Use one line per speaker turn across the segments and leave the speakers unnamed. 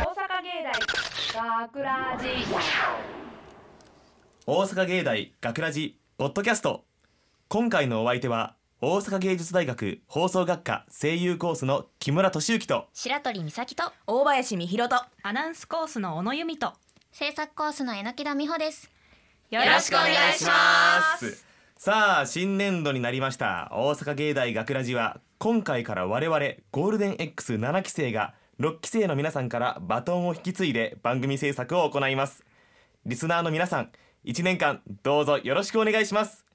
大学ラジ
大阪芸大学ラジポッドキャスト今回のお相手は大阪芸術大学放送学科声優コースの木村俊之と
白鳥美咲と
大林美弘と
アナウンスコースの小野由美と
制作コースの榎木田美穂です
よ
ろしくお願いします
さあ新年度になりました大阪芸大学ラジは今回から我々ゴールデン X7 期生が6期生の皆さんからバトンを引き継いで番組制作を行いますリスナーの皆さん1年間どうぞよろしくお願いします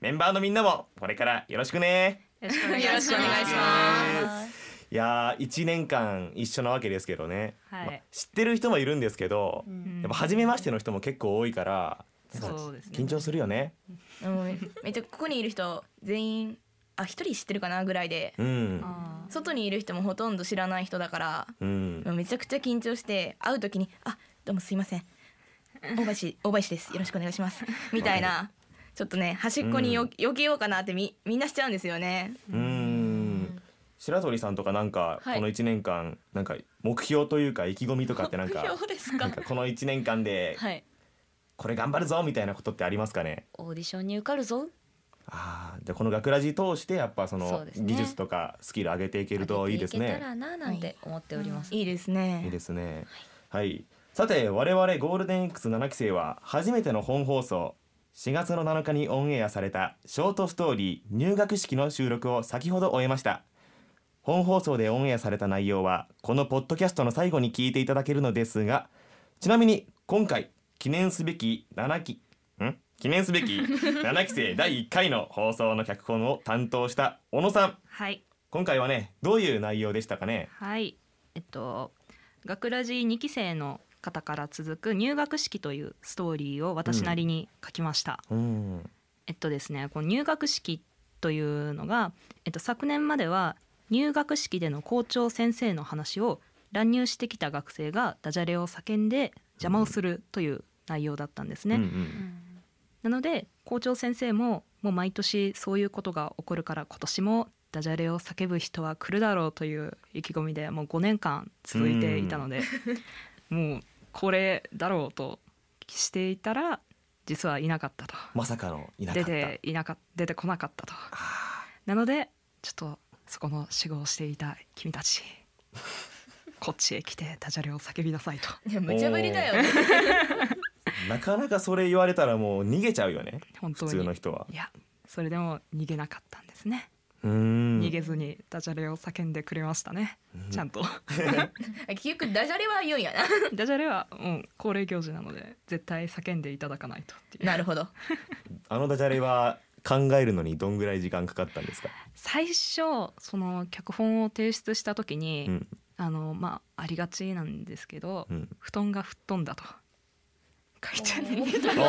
メンバーのみんなもこれからよろしくね
よろしくお願い
よろしくお願いしま
いやー1年間一緒なわけですけどね、
はい
まあ知ってる人もいるんですけど、
ん
やっぱ初めましての人も結構多いから、
そうですね
緊張するよね
す、うん、めっちゃここにいる人全員あ一人知ってるかなぐらいで
うん
あ
外にいる人もほとんど知らない人だから
うん
めちゃくちゃ緊張して会う時に「あどうもすいません大林大林ですよろしくお願いします」みたいなちょっとね端っこによ、
うん
避けようかなってみみんなしちゃうんですよね。
うん白鳥さんとかなんか
はい
この1年間なんか目標というか意気込みとかってなんか
目標です
なんかこの1年間で
はい
これ頑張るぞみたいなことってありますかね
オーディションに受かるぞ
あーじゃあこの学ラジ通してやっぱ
そ
その
うですね
技術とかスキル上げていけるといいです
上げていけた
ね。
らななんて思っております、
いいですね。
いいですね。はい。さて我々ゴールデン X7 期生は初めての本放送4月の7日にオンエアされたショートストーリー入学式の収録を先ほど終えました。本放送でオンエアされた内容はこのポッドキャストの最後に聞いていただけるのですがちなみに今回記念すべき7期ん記念すべ き7期生第1回の放送の脚本を担当した小野さん
はい
今回はねどういう内容でしたかね
はいえっと学ラジ2期生の方から続く入学式というストーリーを私なりに書きました、
うん
えっとですねこの入学式というのが、えっと、昨年までは入学式での校長先生の話を乱入してきた学生がダジャレを叫んで邪魔をするという内容だったんですね、
うんうん
なので校長先生ももう毎年そういうことが起こるから今年もダジャレを叫ぶ人は来るだろうという意気込みでもう5年間続いていたの でもうこれだろうとしていたら実はいなかったと
まさかのいなか
出
った。
ていなか出てこなかったと
あ
なのでちょっとそこの死後をしていた君た ちこっちへ来てダジャレを叫びなさいと
いや無茶ぶりだよね。
ーなかなかそれ言われたらもう逃げちゃうよね。
本
普
当
通
に
の人は。
いやそれでも逃げなかったんですね
うーん。
逃げずにダジャレを叫んでくれましたね、ちゃんと
結局ダジャレは言うんやな。
ダジャレは、うん、恒例行事なので絶対叫んでいただかないとっていう
なるほど。
あのダジャレは考えるのにどんぐらい時間かかったんですか。
最初その脚本を提出した時に、
うん
あのまあありがちなんですけど、
うん。
布団が吹っ飛んだと書いてある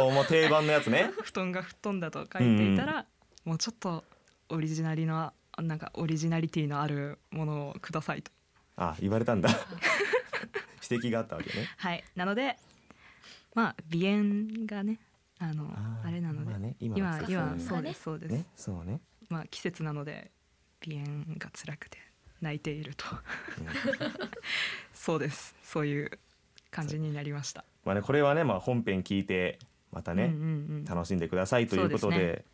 おお、もう定番のやつ ね。
布団が吹っ飛んだと書いていたら、もうちょっとオリジナリのなんかオリジナリティのあるものをくださいと
あ、言われた んだ。指摘があったわけね。
はいなのでまあ鼻炎がねあの
あ
あ
ー
れなので、
まあね今の
今
季節
今
ね
そうですそうです、
ね、そうね。
まあ季節なので鼻炎が辛くて泣いていると そうですそういう感じになりました
まあね、これはね、まあ本編聞いてまたね、
うんうんうん、
楽しんでくださいということで
そうで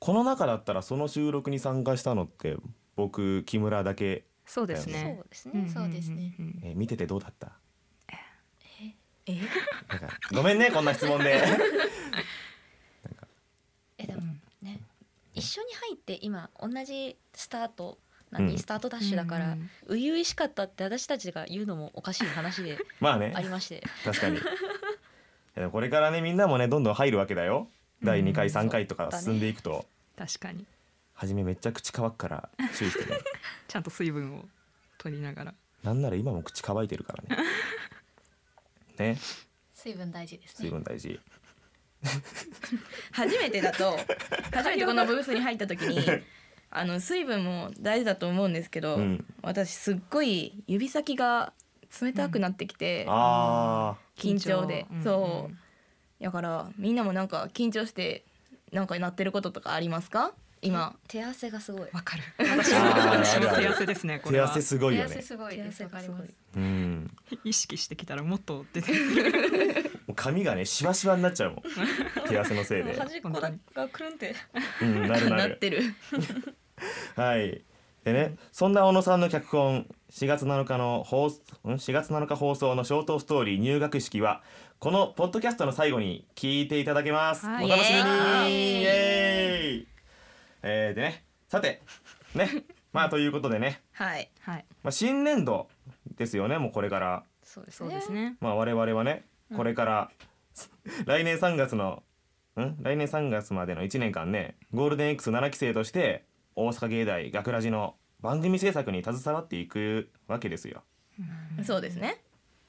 この中だったらその収録に参加したのって僕木村だけ、
そうですね
そうですね、そうですね、
うんうんうんうん
えー見ててどうだった？
え
なんかごめんねこんな質問で。
えでもね一緒に入って今同じスタート何、
うん
スタートダッシュだから、
うん
初々しかったって私たちが言うのもおかしい話 で
まあね
ありまして
確かにいやでもこれからねみんなもねどんどん入るわけだよ第2回
うん
3回とか
そうだね
進んでいくと、
確かに
初めめっちゃ口乾くから注意してね
ちゃんと水分を取りながら
なんなら今も口乾いてるからねね
水分大事です
水
ね。
分大事
初めてだ と初めてこのブースに入った時にあの水分も大事だと思うんですけど、
うん
私すっごい指先が冷たくなってきて、
あ
緊張で
んん
そうだからみんなもなんか緊張してなんかなってることとかありますか今
手汗がすごい
わかる。
あ
私も
ー
私も
あ
手
るあ
汗
る
ですね。こ
手
れは
汗すごいよ
手汗
ね。
すごい
手汗がすごい
うん。
意識してきたらもっと出てくる。
もう髪がねシワシワになっちゃうもん。手汗のせ いで。
端っこだがくるんって
うん、なるな
な
る
っ。てる
はい。でね、そんな小野さんの脚本4月7日の放送ん4月7日放送のショートストーリー入学式はこのポッドキャストの最後に聞いていただけます。
はい
お楽しみ
イ
に。
エーイ
イエーイえーでね、さてね、まあということでね、
はい
はい。
まあ新年度ですよね、もうこれから。
そうです
そうですね。
まあ我々はね
うん
これから、 来年3月のん来年3月までの1年間ねゴールデン X7 期生として大阪芸大学ラジの番組制作に携わっていくわけですよ。
そうですね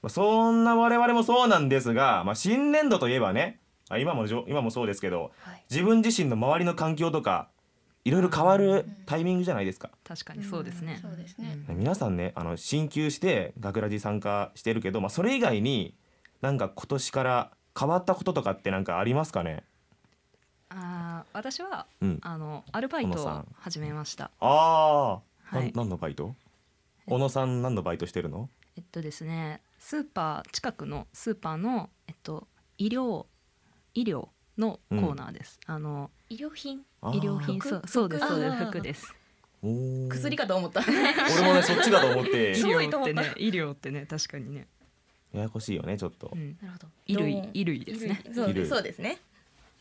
まあ、そんな我々もそうなんですが、まあ、新年度といえばねあ今もじょ今もそうですけど
はい
自分自身の周りの環境とかいろいろ変わるタイミングじゃないですか。
確かにそうですね。
そうですね
うん
皆さんねあの進級して学ラジ参加してるけど、まあ、それ以外になんか今年から変わったこととかってなんかありますかね
ああ、私は
うん
あのアルバイ
小野
ト
さ
を
ん
始めました。
ああ、
はい
な何のバイト小野さん何のバイトしてるの
えっとですね、スーパー近くのスーパーのえっと医療医療のコーナーです。あの
医療品
あー
医療品
服
そうそうですそうで
あ
す
ー
服です。
おー
薬かと思った
俺もねそっちだと 思って
医
すごいと
療っ
思
て
った
ね医療ってね確かにね。
ややこしいよねちょっと、
うん。
なるほど
衣類
どう
衣類ですね。
そう
いる
そうですね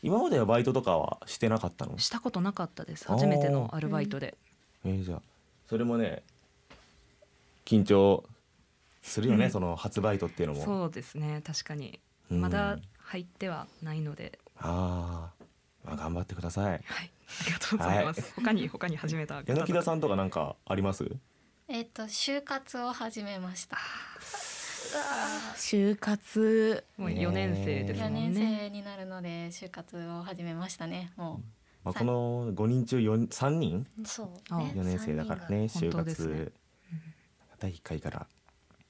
今まではバイトとかはしてなかったの、
したことなかったです。
あー
初めてのアルバイトで。
えーじゃあそれもね緊張するよね、その初バイトっていうのも
そうですね確かに
うん
まだ入ってはないので、
あー、まあ頑張ってください
はいありがとうございます。他に他に始めた方々
柳田さんとかなんかあります
えっと就活を始めました
就活
もう四年生ですも
4
ん
年生
ね。
になるので就活を始めましたねも
まあ、
さ
この5人中4 3人
そう
あ
ね
4年生だからね
三人
就
が本当です
活、
ね
第1回から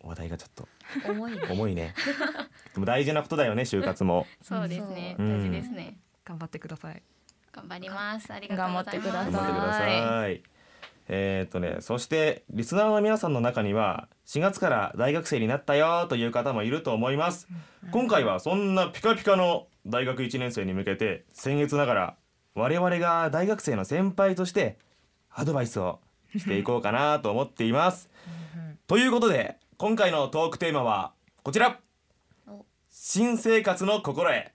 話題がちょっと
三人が重いね
重いねでも大事なことだよね就活も
うそうですね
うん
大事ですね
頑張ってください。
頑張りますありがとう
頑張
ご
っ
ざ
て
い
くだ
ま
さい
頑
す
張ってくださいえーっとねそしてリスナーの皆さんの中には4月から大学生になったよという方もいると思います今回はそんなピカピカの大学1年生に向けて先月ながら我々が大学生の先輩としてアドバイスをしていこうかなと思っています。ということで今回のトークテーマはこちら
お
新生活の心得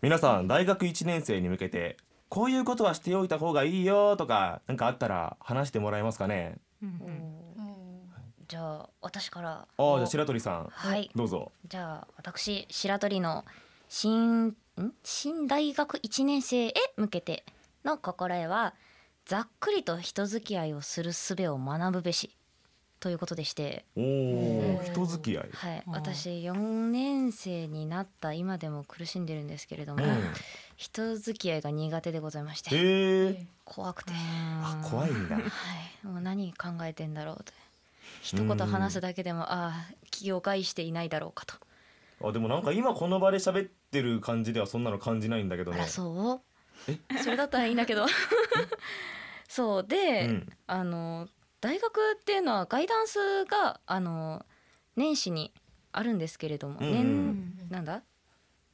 皆さん大学1年生に向けてこういうことはしておいた方がいいよとか何かあったら話してもらえますかね
うん
お
うん
う
ー
ん
じゃあ私から
ああじゃあ
お
白鳥さん
はい
どうぞ
じゃあ私白鳥の新ん新大学1年生へ向けての心得はざっくりと人付き合いをする術を学ぶべしということでして、
おお
おー
人付き合い
はい、
あー
私4年生になった今でも苦しんでるんですけれど
う
も、
ん
人付き合いが苦手でございまして
へえ
怖くて、
あ
あー
怖いんだ
はい、もう何考えてんだろうと一言話すだけでもああ企業介していないだろうかと
あでもなんか今この場で喋ってる感じではそんなの感じないんだけど
あ
ね
らそうそれだったらいいんだけ どそうで、
うん
あの大学っていうのはガイダンスがあの年始にあるんですけれども、
うん
う
年
ん
なんだ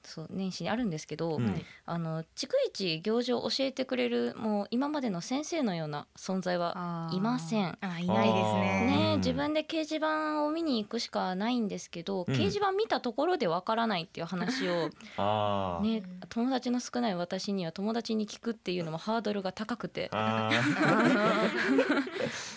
そう年始にあるんですけど、
うん
はい
あの逐一行事を教えてくれるもう今までの先生のような存在は
あー
いません。
あいないです
あー
ね
ね
うん
自分で掲示板を見に行くしかないんですけど、
うん
掲示板見たところでわからないっていう話を
あー
ね、友達の少ない私には友達に聞くっていうのもハードルが高くて
あー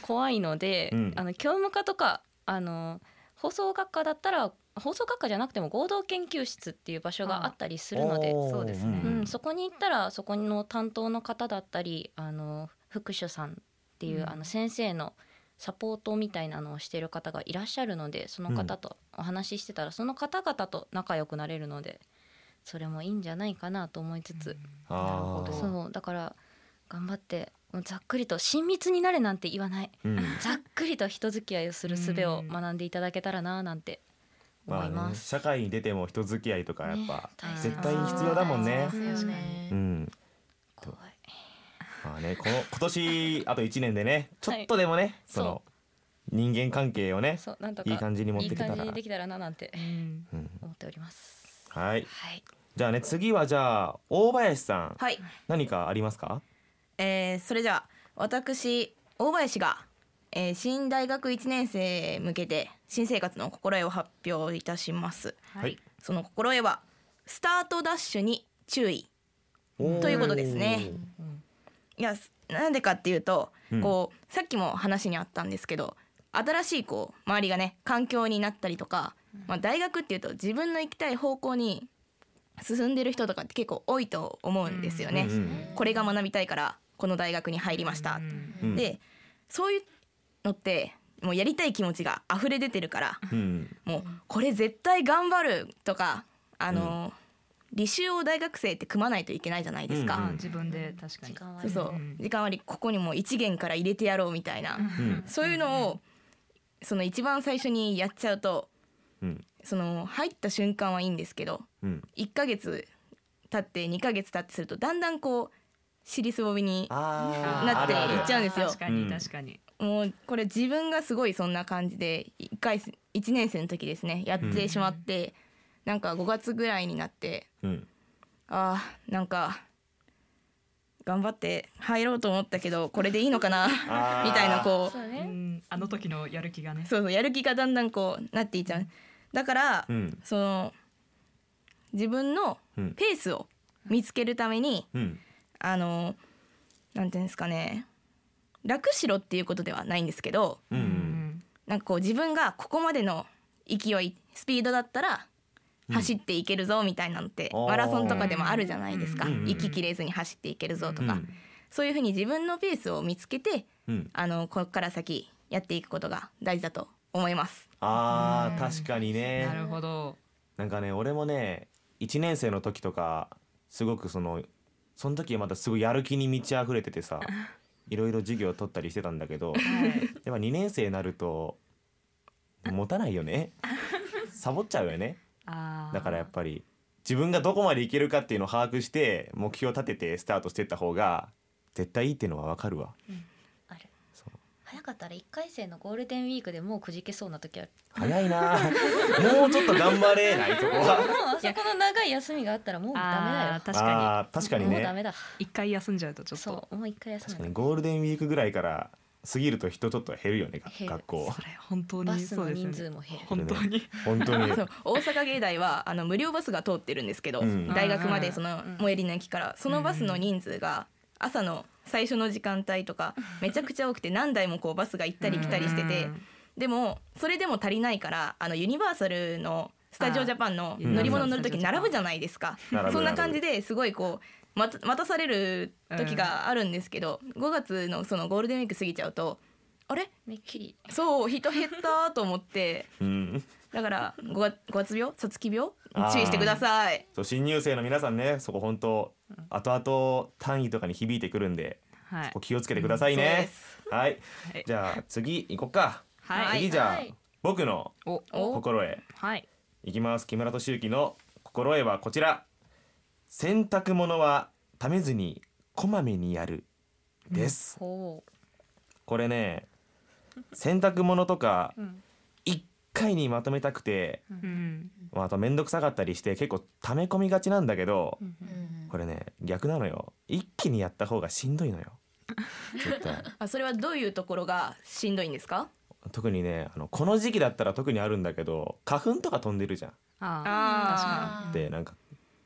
怖いので、
うん
あの教務課とかあの放送学科だったら放送学科じゃなくても合同研究室っていう場所があったりするので、
おー
そうですね
うん、そこに行ったらそこの担当の方だったりあの副所さんっていう、
うん
あの先生のサポートみたいなのをしている方がいらっしゃるのでその方とお話ししてたら、その方々と仲良くなれるのでそれもいいんじゃないかなと思いつつ、
あー
そうだから頑張ってもうざっくりと親密になれなんて言わない
うん
ざっくりと人付き合いをする術を学んでいただけたらななんて思い
まあ
ま
ね、
す。
社会に出ても人付き合いとかやっ
ね
ぱ、
大切
絶対必要だもんね
そうですよね
うん
怖い
まあねこの今年あと1年でねちょっとでもね、その人間関係をね
そうなんとか
いい感じに持っ
いい
てきた
感
ら
じにできたらななんて
うん
うん、
思っております。
はい
はい。
じゃあね次はじゃあ大林さん
はい、
何かありますか
えー、それじゃあ私大林が、えー、新大学1年生向けて新生活の心得を発表いたします
はい
その心得はスタートダッシュに注意
おー
ということですね
うん
いやすなんでかっていうと、
うん
こうさっきも話にあったんですけど新しいこう周りがね環境になったりとか、まあ、大学っていうと自分の行きたい方向に進んでる人とかって結構多いと思うんですよね。
うんうん
これが学びたいからこの大学に入りました、
うん
うん
でそういうのってもうやりたい気持ちが溢れ出てるから
うん
もうこれ絶対頑張るとかあの、履修を大学生って組まないといけないじゃないですか。
あ自分で確か
時
に。
間は
そうそう、
うん
時間割りここにもう一元から入れてやろうみたいな、
うん
そういうのをその一番最初にやっちゃうと
うん
その入った瞬間はいいんですけど
うん
1ヶ月経って2ヶ月経ってするとだんだんこう尻すぼみに
あー
なって
あるある
いっちゃうんですよ
確か
うん
に確かに。
もうこれ自分がすごいそんな感じで1回1年生の時ですねやってしまって、なんか5月ぐらいになって
うん
あーなんか頑張って入ろうと思ったけどこれでいいのかな
あー
みたいなこう
そう
う
ね。
んあの時のやる気がね。
そうそうやる気がだんだんこうなっていっちゃうだから、
うん
その自分の
うん
ペースを見つけるために
うん
あのなんていうんですかね楽しろっていうことではないんですけど
う
うんん
なんかこう自分がここまでの勢いスピードだったら
うん
走っていけるぞみたいなのって、
あー
マラソンとかでもあるじゃないですか、
うんうんうん
息切れずに走っていけるぞと
うん
か、そういうふうに自分のペースを見つけて
うん
あのここから先やっていくことが大事だと思います。
あ
うん
ー確かにね
なるほど。
なんかね俺もね1年生の時とかすごくそのその時まだすごいやる気に満ち溢れて てさいろいろ授業を取ったりしてたんだけどやっぱ2年生になると持たないよねサボっちゃうよね
あー
だからやっぱり自分がどこまでいけるかっていうのを把握して目標を立ててスタートしてった方が絶対いいっていうのはわかるわ
ある。
そう
早かったら一回生のゴールデンウィークでもうくじけそうな時ある。
早いなもうちょっと頑張れないそこ
も
は
う あそこの長い休みがあったらもうダ
あー確か
あー確か
メだ
に
よ。もう
ね
ダメだ。
に一回休んじゃうとちょっと。
そうもう一回休
確か
む
に。ゴールデンウィークぐらいから過ぎると人ちょっと減るよねが
減る
学校
それ本当
バ
に
ス
そ
の
うですよ
人数
ね。
も減る。
本当に。
本当に
そう大阪芸大はあの無料バスが通ってるんですけど、
うん
大学までそ
うん
の
うんうん
最寄りの駅からそのバスの人数が朝の最初の時間帯とかめちゃくちゃ多くて何台もこうバスが行ったり来たりしてて
うん
でもそれでも足りないからあのユニバーサルのスタジオジャパンの乗り物乗る時
うん
並ぶじゃないですか
並ぶ
そんな感じですごいこう待た待たされる時があるんですけど5月のそのゴールデンウィーク過ぎちゃうとあれ
めっきり。
そう人減ったと思って。
うん
だから五月五月病、卒期病
あー
注意してください。
そう新入生の皆さんねそこ本当後々単位とかに響いてくるんで
はい
そこ。気をつけてくださいね、
は
はい
い
じゃあ次行こっか
はい。
次じゃあ、
はい
僕の
お
お
心得
はい。
いきます木村敏之の心得はこちら洗濯物はためずにこまめにやるです、
ほ
これね洗濯物とか
う。うん。
一回にまとめたくて、
うん。
まあ、あと面倒くさかったりして結構溜め込みがちなんだけど、
うん
うんうん
これね逆なのよ一気にやった方がしんどいのよ絶対
あ、それはどういうところがしんどいんですか？
特にねあのこの時期だったら特にあるんだけど花粉とか飛んでるじゃん、
あ
あ
あー
でなんか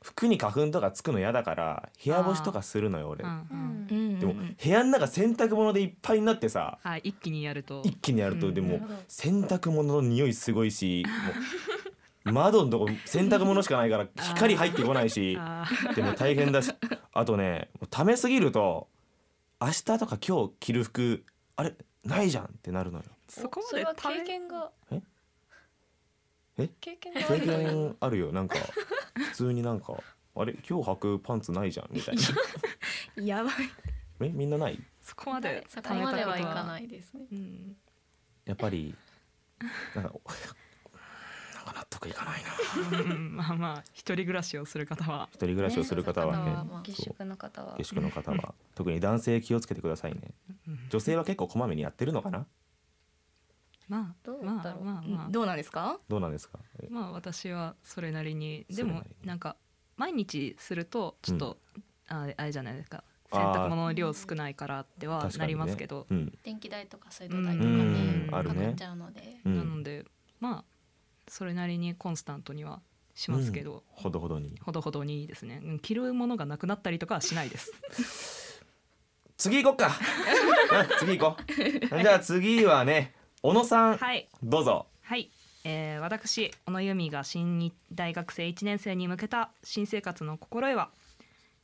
服に花粉とかつくの嫌だから部屋干しとかするのよ俺
あ。う、ん
う
うん。
ん
ー。う。ん
でも部屋の中洗濯物でいっぱいになってさ
あ一気にやると。
一気にやると、
うん
で
な
も
るほど
洗濯物の匂いすごいしもう窓のとこ洗濯物しかないから光入ってこないし
あー
でも大変だしあとねもう溜めすぎると明日とか今日着る服あれないじゃんってなるのよ
そこ
そ
ま
れ
で
は
食べ
経験が
ええ
経験があ
経
るのよ
験あるよなんか普通になんかあれ今日履くパンツないじゃんみたいな
やばい。
えみんなない
そこまで。
そこまではいかないいですね
うん。
やっぱりなんかなんか納食いかないな。
うんまあまあ一人暮らしをする方は
一人暮らしをする方はね
ねそういう方はまあ、
下
そう
宿の方は
下宿の方は特に男性気をつけてくださいね。女性は結構こまめにやってるのかな。
まあ
どう
ま
だ
あ
ろう
まあまあ
どうなんですか
どうなんですか。
まあ私はそれなりにで
それな
も
りに
なんか毎日するとちょっと、ああれじゃないですか洗
あー
濯物の量少ないからっては
確か
な
に
り
ね
ますけど、
うん。
電気代とか水道代とか
うん
ね
あ
か
る
ね
かっちゃうので、
うん
なのでまあそれなりにコンスタントにはしますけど、
ほどほどに。
ほどほどにいいですねうん着るものがなくなったりとかはしない です
次行こっか。うん次行こう。じゃあ次はね、小野さん、
はい
どうぞ。
はい、えー、私小野由美が新入大学生1年生に向けた新生活の心得は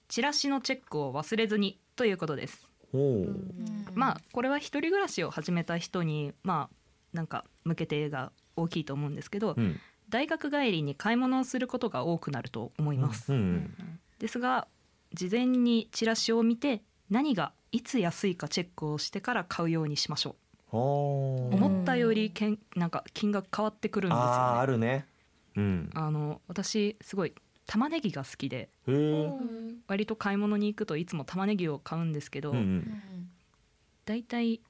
チラシのチェックを忘れずにということです、
お
う
ー
ん
まあこれは一人暮らしを始めた人にまあなんか向けてが大きいと思うんですけど、
うん。
大学帰りに買い物をすることが多くなると思います、
うんう。
うんん
ですが事前にチラシを見て何がいつ安いかチェックをしてから買うようにしましょ
お
う
ー。
思ったよりけんなんか金額変わってくるんですよね
ああーあるね。うん。
あの私すごい玉ねぎが好きで
へえ。
割と買い物に行くといつも玉ねぎを買うんですけど、
うんう
うんん
だいたい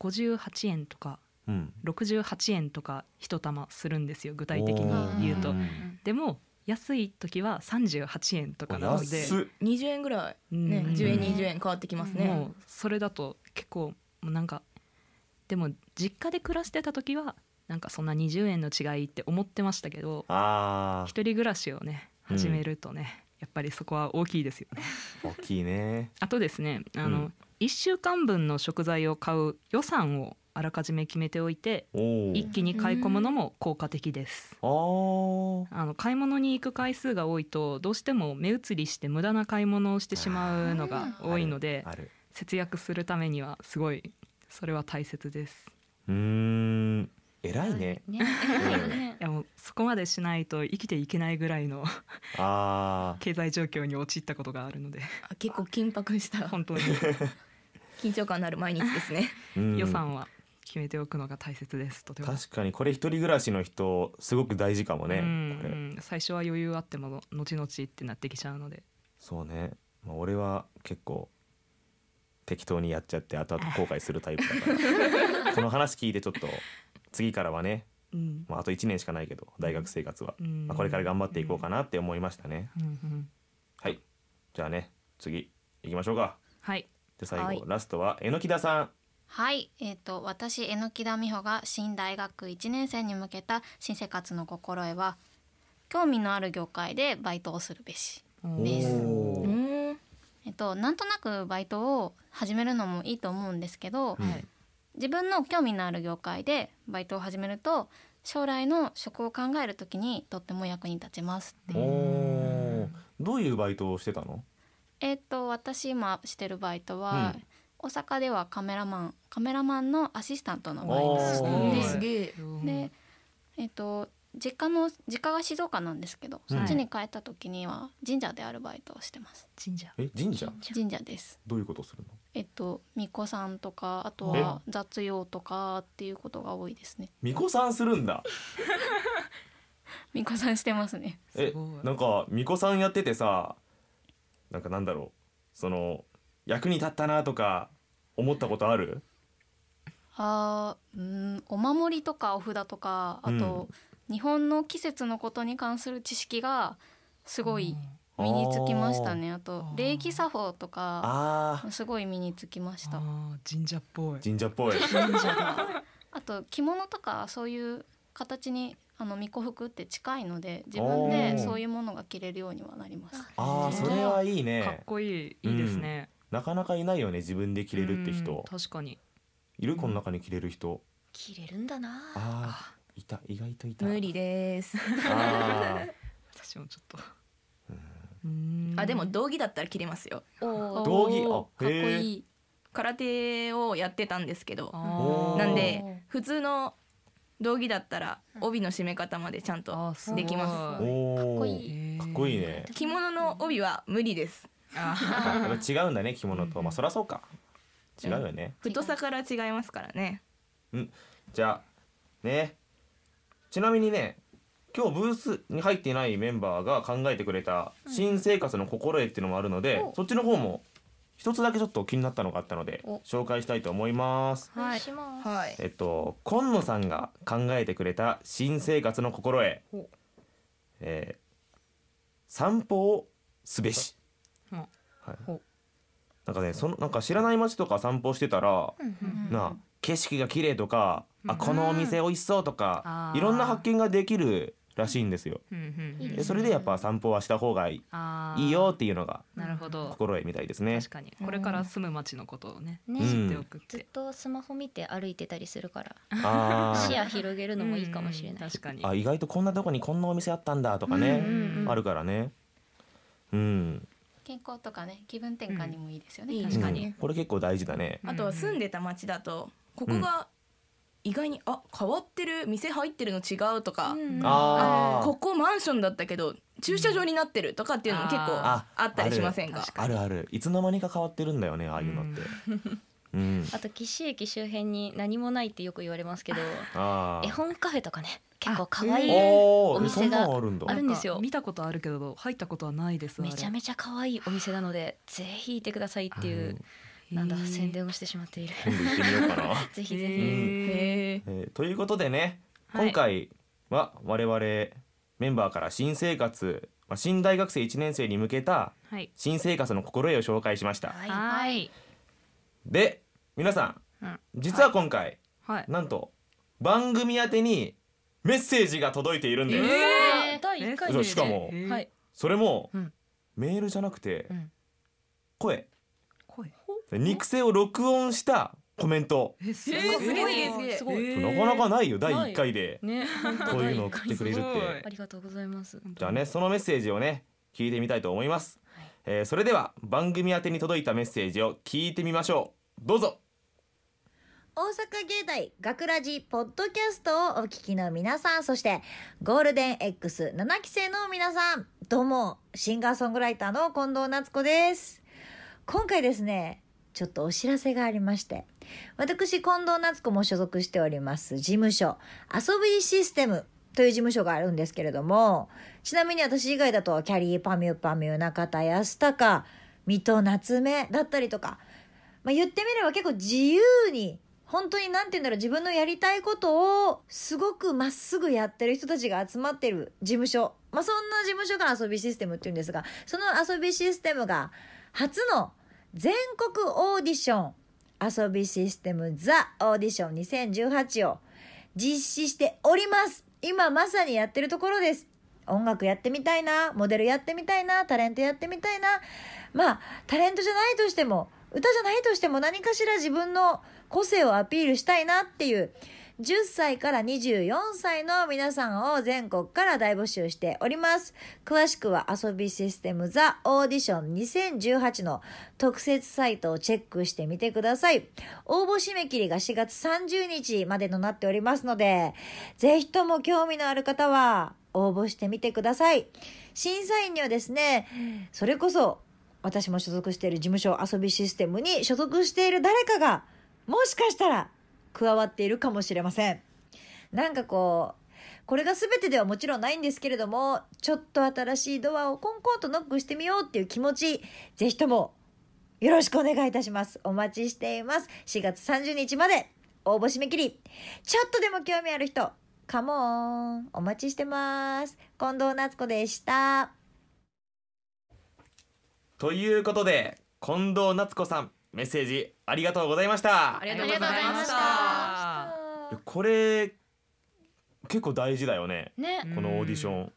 58円とか
うん。
68円とか一玉するんですよ具体的に言う
お
と
ー。
でも安い時は38円とかなので、
安っ
20円ぐらいね、
うん
10円
に
20円変わってきますね、
もうそれだと結構もうなんかでも実家で暮らしてた時はなんかそんな20円の違いって思ってましたけど
あ
一人暮らしをね
うん
始めるとね、やっぱりそこは大きいですよね。
あ、大きいね。
あとですねあ
う
の、
ん
1週間分の食材を買う予算をあらかじめ決めておいて
おお。
一気に買い込むのも効果的です。
あー
あの買い物に行く回数が多いとどうしても目移りして無駄な買い物をしてしまうのが多いので
ある。
節約するためにはすごいそれは大切です。
うーん。偉いね。
ね
いやもうそこまでしないと生きていけないぐらいの
ああ。
経済状況に陥ったことがあるので
あ結構緊迫した
本当に
緊張感のある毎日ですね
うん
予算は決めておくのが大切ですとても。
確かにこれ一人暮らしの人すごく大事かもね、
うん
こ
う
れ
ん最初は余裕あっても後々ってなってきちゃうので
そうね、まあ、俺は結構適当にやっちゃって後々後悔するタイプだからこの話聞いてちょっと次からはね、
うん、
まあ、あと1年しかないけど大学生活は、
うん
まあ、これから頑張っていこうかなって思いましたね、
うんうん
はいじゃあね次行きましょうか
はい
で最後、
はい
ラストは榎木田さん
はい、えー、と私榎木田美穂が新大学1年生に向けた新生活の心得は興味のある業界でバイトをするべし、です
お
う
ー
ーん
えっと、なんとなくバイトを始めるのもいいと思うんですけど、
はい
自分の興味のある業界でバイトを始めると将来の職を考えるときにとっても役に立ちますっていう
おーどういうバイトをしてたの
えっと私今してるバイトは、
うん
大阪ではカメラマンカメラマンのアシスタントのバイ
お
ト
ー
をし
お
て
ー
いて
すげえ
で、えっと実家の実家が静岡なんですけど、
うん
そっちに帰った時には神社でアルバイトをしてます。
神社
え神社
神社です。
どういうことするの
えっと巫女さんとかあとは雑用とかっていうことが多いですね。
巫女さんするんだ
巫女さんしてますね。
え
すごい
なんか巫女さんやっててさなんかなんだろうその役に立ったなとか思ったことある
あーうんお守りとかお札とかあと、日本の季節のことに関する知識がすごい身につきましたね。あと
あー
礼儀作法とか
あ
すごい身につきました。
あー神社っぽい
ー神社っぽい
あと着物とかそういう形にあの巫女服って近いので自分でそういうものが着れるようにはなります。
あーそれはいい
かっ
ね
こいいいいですね、
なかなかいないよね自分で着れるって
うん
人
確かに
いるこの中に着れる人
切れるんだな
あーいた意外といた
無理です
あー
私もちょっとうん
あでも道着だったら切れますよ
おー
道着
おーかっ
あ
こ
へー
いい。
空手をやってたんですけど
あー
なんで普通の道着だったら帯の締め方までちゃんと
あーすごい
できま
お
こ
ー
いい
へー
かっこいいね
着物の帯は無理です
あ
やっぱ違うんだね着物とまあそらそうか違うよね
太さから違いますからね
じゃあねちなみにね今日ブースに入っていないメンバーが考えてくれた新生活の心得っていうのもあるので、
お
そっちの方も一つだけちょっと気になったのがあったので
お
紹介したいと思います。
お願いします。
はい
えっと今野さんが考えてくれた新生活の心得
お、
えー散歩をすべし。
うん
はい
お
なんかねそのなんか知らない街とか散歩してたら、
うんう
うんん
なあ景色が綺麗とか、あ
うん
このお店美味しそうとか
あ、ー
いろんな発見ができるらしいんですよ。
うんうん
いい
でそれでやっぱ散歩はした方がいい
あー
いいよっていうのが
なるほど
心得みたいですね
確。かにこれから住む町のことをね
ね、
うん
知っておくっ、
ずってとスマホ見て歩いてたりするから、
あ
視
ー
野広げるのもいいかもしれない。
確かに
あ意外とこんなとこにこんなお店あったんだとか
うん
ね、
うんうん
あるからね。うん、
健康とかね気分転換にもいいですよね、
うんいい
確かに
うんこれ結構大事だね。
あとは住んでた町だとここが意外にあ変わってる店入ってるの違うとか、
うん
あー
ここマンションだったけど駐車場になってるとかっていうのも結構
あ
あったりしませんか
ある
あるあるいつの間にか変わってるんだよねああいうのって。うん、
あと岸駅周辺に何もないってよく言われますけど、
あ
絵
ー
本カフェとかね、結構可愛い。
お
お
おそ
店
ん
が
なのあるんだ
あ。るんですよ
なか見たことあるけど入ったことはないです
めちゃ
ち
めちゃ可愛いお店なので、ぜひ行ってくださいっていう、
ゃ
なんだ宣伝をしてしまっている。
今度行ってみようかな。
ぜひぜ
へ
ひ。
へ
えーということでね、
はい
今回は我々メンバーから新生活、まあ、新大学生1年生に向けた
はい
新生活の心得を紹介しました。
はい
はい
で皆さ
う
ん、
ん
実は今回
はい
なんと番組宛てにメッセージが届いているんです、
えー
第一回
そうしかも
えー
はい。
それも、
うん
メールじゃなくて、
うん
声
声
肉声を録音したコメント、
えす
えーすごいね
すごい。
なかなか
な
ないよ第
ない
1回で
ね、
こういうのを送ってくれるっ
すご
て
い
ありがとうございます。
じゃあねそのメッセージをね聞いてみたいと思います、
はい
えーそれでは番組宛てに届いたメッセージを聞いてみましょうどうぞ
大阪芸大学ラジポッドキャストをお聞きの皆さん、そしてゴールデン X7 期生の皆さん、どうも、シンガーソングライターの近藤夏子です。今回ですね、ちょっとお知らせがありまして、私、近藤夏子も所属しております事務所、遊びシステムという事務所があるんですけれども、ちなみに私以外だと、キャリーパミュパミュ中田康隆、水戸夏目だったりとか、まあ、言ってみれば結構自由に本当に何て言うんだろう自分のやりたいことをすごくまっすぐやってる人たちが集まってる事務所、まあ、そんな事務所が遊びシステムっていうんですがその遊びシステムが初の全国オーディション遊びシステムザ・オーディション2018を実施しております今まさにやってるところです音楽やってみたいなモデルやってみたいなタレントやってみたいなまあタレントじゃないとしても歌じゃないとしても何かしら自分の個性をアピールしたいなっていう10歳から24歳の皆さんを全国から大募集しております詳しくは遊びシステムザオーディション2018の特設サイトをチェックしてみてください応募締め切りが4月30日までとなっておりますのでぜひとも興味のある方は応募してみてください審査員にはですねそれこそ私も所属している事務所遊びシステムに所属している誰かがもしかしたら加わっているかもしれませんなんかこうこれが全てではもちろんないんですけれどもちょっと新しいドアをコンコンとノックしてみようっていう気持ちぜひともよろしくお願いいたしますお待ちしています4月30日まで応募締め切りちょっとでも興味ある人カモーンお待ちしてます近藤夏子でした
ということで近藤夏子さんメッセージありがとうございました
ありがとうございました
あ
いやこれ結構大事だよね
ね、
このオーディショ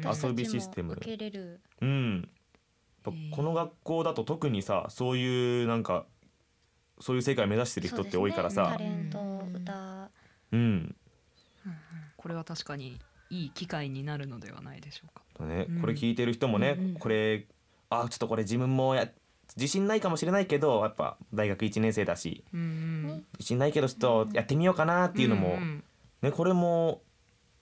り
あ
が
私
と
た
う
遊
ち
び
も
システム
受けれる。
うんやっぱ
へえ
この学校だと特にさそういうなんかそういう世界目指してる人って多いから
そう
さ
ですねタレント、歌、
うん
これは確かにいい機会になるのではないでしょうか
だね
うん
これ聞いてる人もね、
うんうん
これあちょっとこれ自分もや自信ないかもしれないけどやっぱ大学1年生だし
うん
自信ないけどちょっとやってみようかなっていうのも、
ん
ね、これも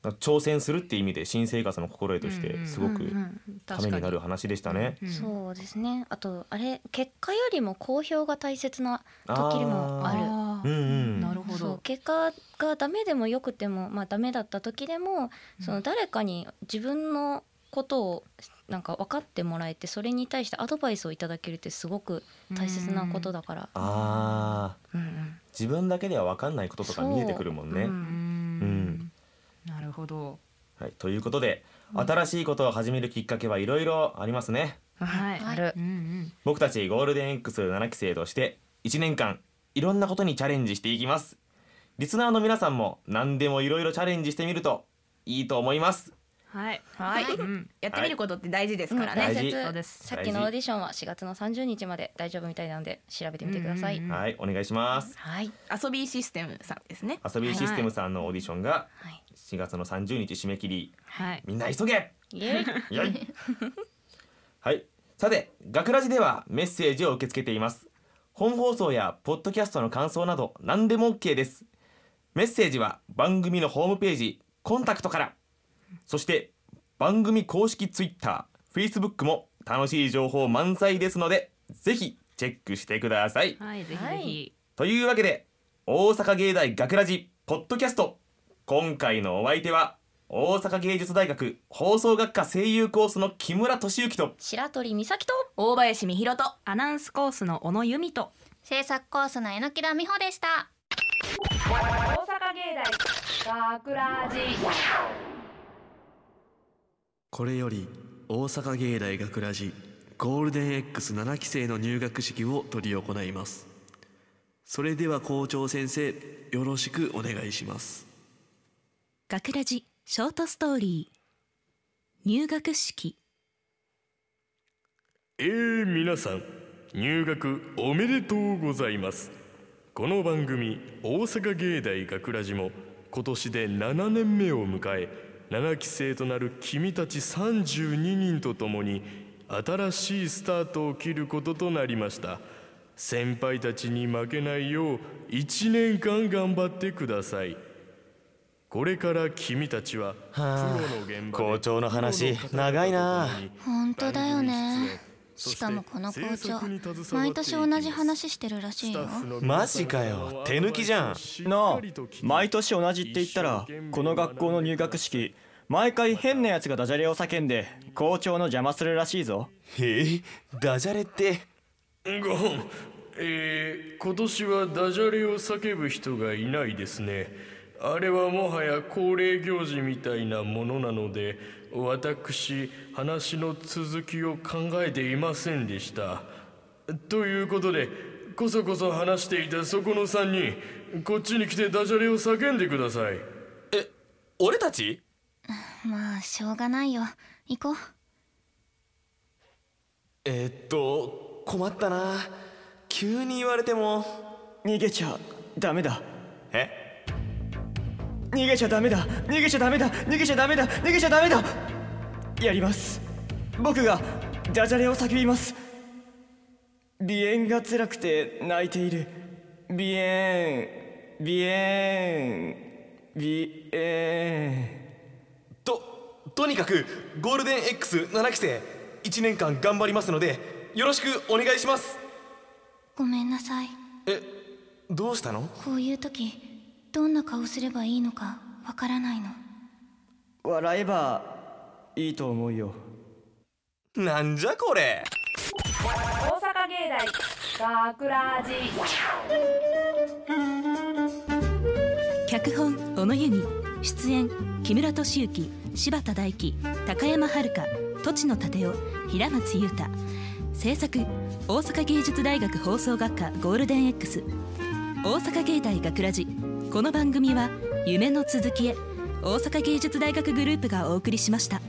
挑戦するって意味で新生活の心得とし
うんう
て
ん
すご
う
く
ん
ためになる話でしたね。
うん
そうですね。あとあれ結果よりも好評が大切な
あー
時もある
あ
う
ー
んうん
なるほどほ
そう
ど。
結果がダメでもよくても、まあ、ダメだった時でもその誰かに自分のことをなんか分かってもらえてそれに対してアドバイスをいただけるってすごく大切なことだから。
あー
うんうん
自分だけでは分かんないこととか見えてくるもんね。
そう
うーん。なるほど。
はい、ということで新しいことを始めるきっかけはいろいろありますね。
はい。
ある
うんうん。
僕たちゴールデン X7 期生として1年間いろんなことにチャレンジしていきますリスナーの皆さんも何でもいろいろチャレンジしてみるといいと思います
はい。
はい、
うん。
やってみることって大事です
うん
からね、
大事
大切
そう
です
さっきのオーディションは4月の30日まで大丈夫みたいなので調べてみてください。
うんうんうん
はいお願いします
はい、
遊びシステムさんですね
遊びシステムさんのオーディションが
はい、
4月の30日締め切り
はい。
みんな急げ
イエイ
イエイはいさて学ラジではメッセージを受け付けています本放送やポッドキャストの感想など何でも OK ですメッセージは番組のホームページコンタクトからそして番組公式 TwitterFacebook も楽しい情報満載ですのでぜひチェックしてください
はい。ぜひ
は
ぜ
い
ひ。
というわけで大阪芸大学ラジポッドキャスト今回のお相手は大阪芸術大学放送学科声優コースの木村俊之と
白鳥美咲と
大林美弘と
アナウンスコースの小野由美と。
制作コースの榎田美穂でした
大阪芸大がくらじ
これより大阪芸大学ラジゴールデン X7 期生の入学式を執り行いますそれでは校長先生よろしくお願いします
学ラジショートストーリー入学式
えー、皆さん入学おめでとうございますこの番組「大阪芸大学ラジも今年で7年目を迎え7期生となる君たち32人と共に新しいスタートを切ることとなりました先輩たちに負けないよう1年間頑張ってくださいこれから君たちはプロ
あ
の現場で
校長の話長いなあ
本当だよね
し
し
か
か
も
も
こ
この
の校
校
長
長
毎
毎
年
年
同
同
じ
じ
話
話してるらしいよ
マジかよ手抜きじゃん
なあ毎年同じって言ったらこの学校の入学式毎回変なやつがダジャレを叫んで校長の邪魔するらしいぞ
へえダジャレって
ごほんえー今年はダジャレを叫ぶ人がいないですねあれはもはや恒例行事みたいなものなので私話の続きを考えていませんでしたということでこそこそ話していたそこの3人こっちに来てダジャレを叫んでください
俺たち
まあしょうがないよ行こう
えーっと困ったな急に言われても
逃げちゃダメだ
え
逃げちゃダメだ逃げちゃダメだ逃げちゃダメだ逃げちゃダメだやります僕がダジャレを叫びます鼻炎が辛くて泣いている鼻炎鼻炎鼻炎
ととにかくゴールデン X7 期生1年間頑張りますのでよろしくお願いします
ごめんなさい
えどうしたの
こういう時どんな顔すればいいのかわからないの
笑えばいいと思うよ
なんじゃこれ
大阪芸大がくらじ
脚本小野由美出演木村俊之柴田大樹高山遥土地の立夫平松裕太制作大阪芸術大学放送学科ゴールデン X 大阪芸大学ラジこの番組は夢の続きへ大阪芸術大学グループがお送りしました